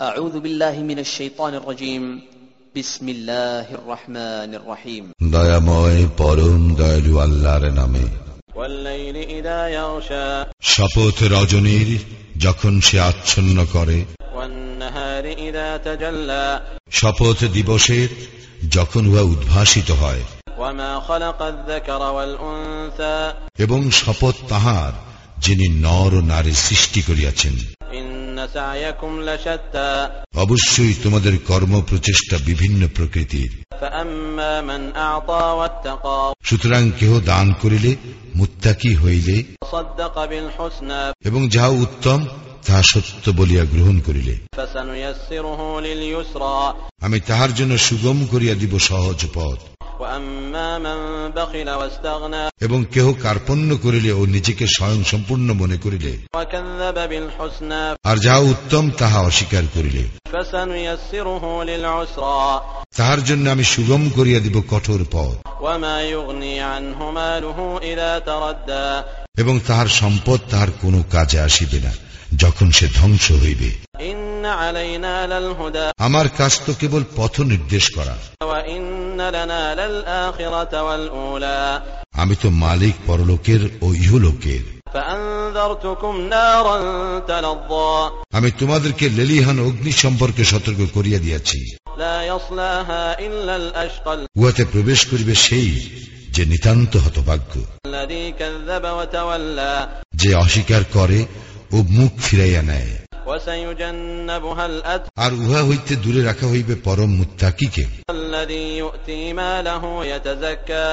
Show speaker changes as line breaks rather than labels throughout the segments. أعوذ بالله من الشيطان الرجيم بسم الله الرحمن الرحيم
দয়াময় পরম দয়ালু আল্লাহর নামে
والليل إذا يغشى
শপথ রজনীর যখন সে আচ্ছন্ন করে
والنهار إذا تجلى
শপথ দিবসের যখন উহা উদ্ভাসিত হয়
وما خلق الذكر والأنثى
এবং শপথ তাহার যিনি নর ও নারী সৃষ্টি করিয়াছেন
إن سعيكم لشتى
অবশ্যই তোমাদের কর্ম প্রচেষ্টা বিভিন্ন প্রকৃতির
فأما من أعطى واتقى
সুতরাং কেহ দান করিলে মুত্তাকি হইলে
وصدق بالحسنى
এবং যাহা উত্তম তাহা সত্য বলিয়া গ্রহণ করিলে
فسنيسره لليسرى
আমি তাহার জন্য সুগম করিয়া দিব সহজ পথ
وأما من بخل واستغنى
এবং কেহ কার্পণ্য করিলে ও নিজেকে স্বয়ং সম্পূর্ণ মনে করিলে
وكذب بالحسنى
আর যাহা উত্তম তাহা অস্বীকার করিলে
فسنيسره للعسرى
তাহার জন্য আমি সুগম করিয়া দিব কঠোর পথ
وما يغني عنه ماله إذا تردى
এবং তাহার সম্পদ তাহার কোনো কাজে আসিবে না যখন সে ধ্বংস হইবে
إن علينا للهدى
আমার কাজ তো কেবল পথ নির্দেশ করা
وإن لنا للآخرة والأولى
আমি তো মালিক পরলোকের ও ইহলোকের
فأنذرتكم نارا تلظى
আমি তোমাদেরকে লেলিহান অগ্নি সম্পর্কে সতর্ক করিয়া দিয়াছি
لا يصلاها إلا الأشقى
উহাতে প্রবেশ করিবে সেই যে নিতান্ত হতভাগ্য
الذي كذب وتولى
যে অস্বীকার করে ও মুখ ফিরাইয়া নেয়
وسيجنبها الأتقى
আর উহা হইতে দূরে রাখা হইবে পরম মুত্তাকিকে
الذي يؤتي ماله يتزكى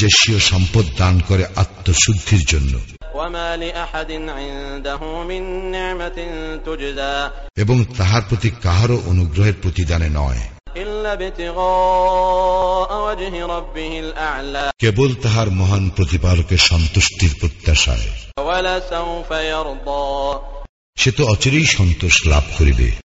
যে স্বীয় সম্পদ দান করে আত্মশুদ্ধির জন্য
وما لأحد عنده من نعمة تجزى
এবং তাহার প্রতি কাহারও অনুগ্রহের প্রতিদানে নয়
إلا ابتغاء وجه ربه الأعلى
কেবল তাহার মহান প্রতিপালকের সন্তুষ্টির প্রত্যাশায়
ولسوف يرضى
সে তো অচিরেই সন্তোষ লাভ করিবে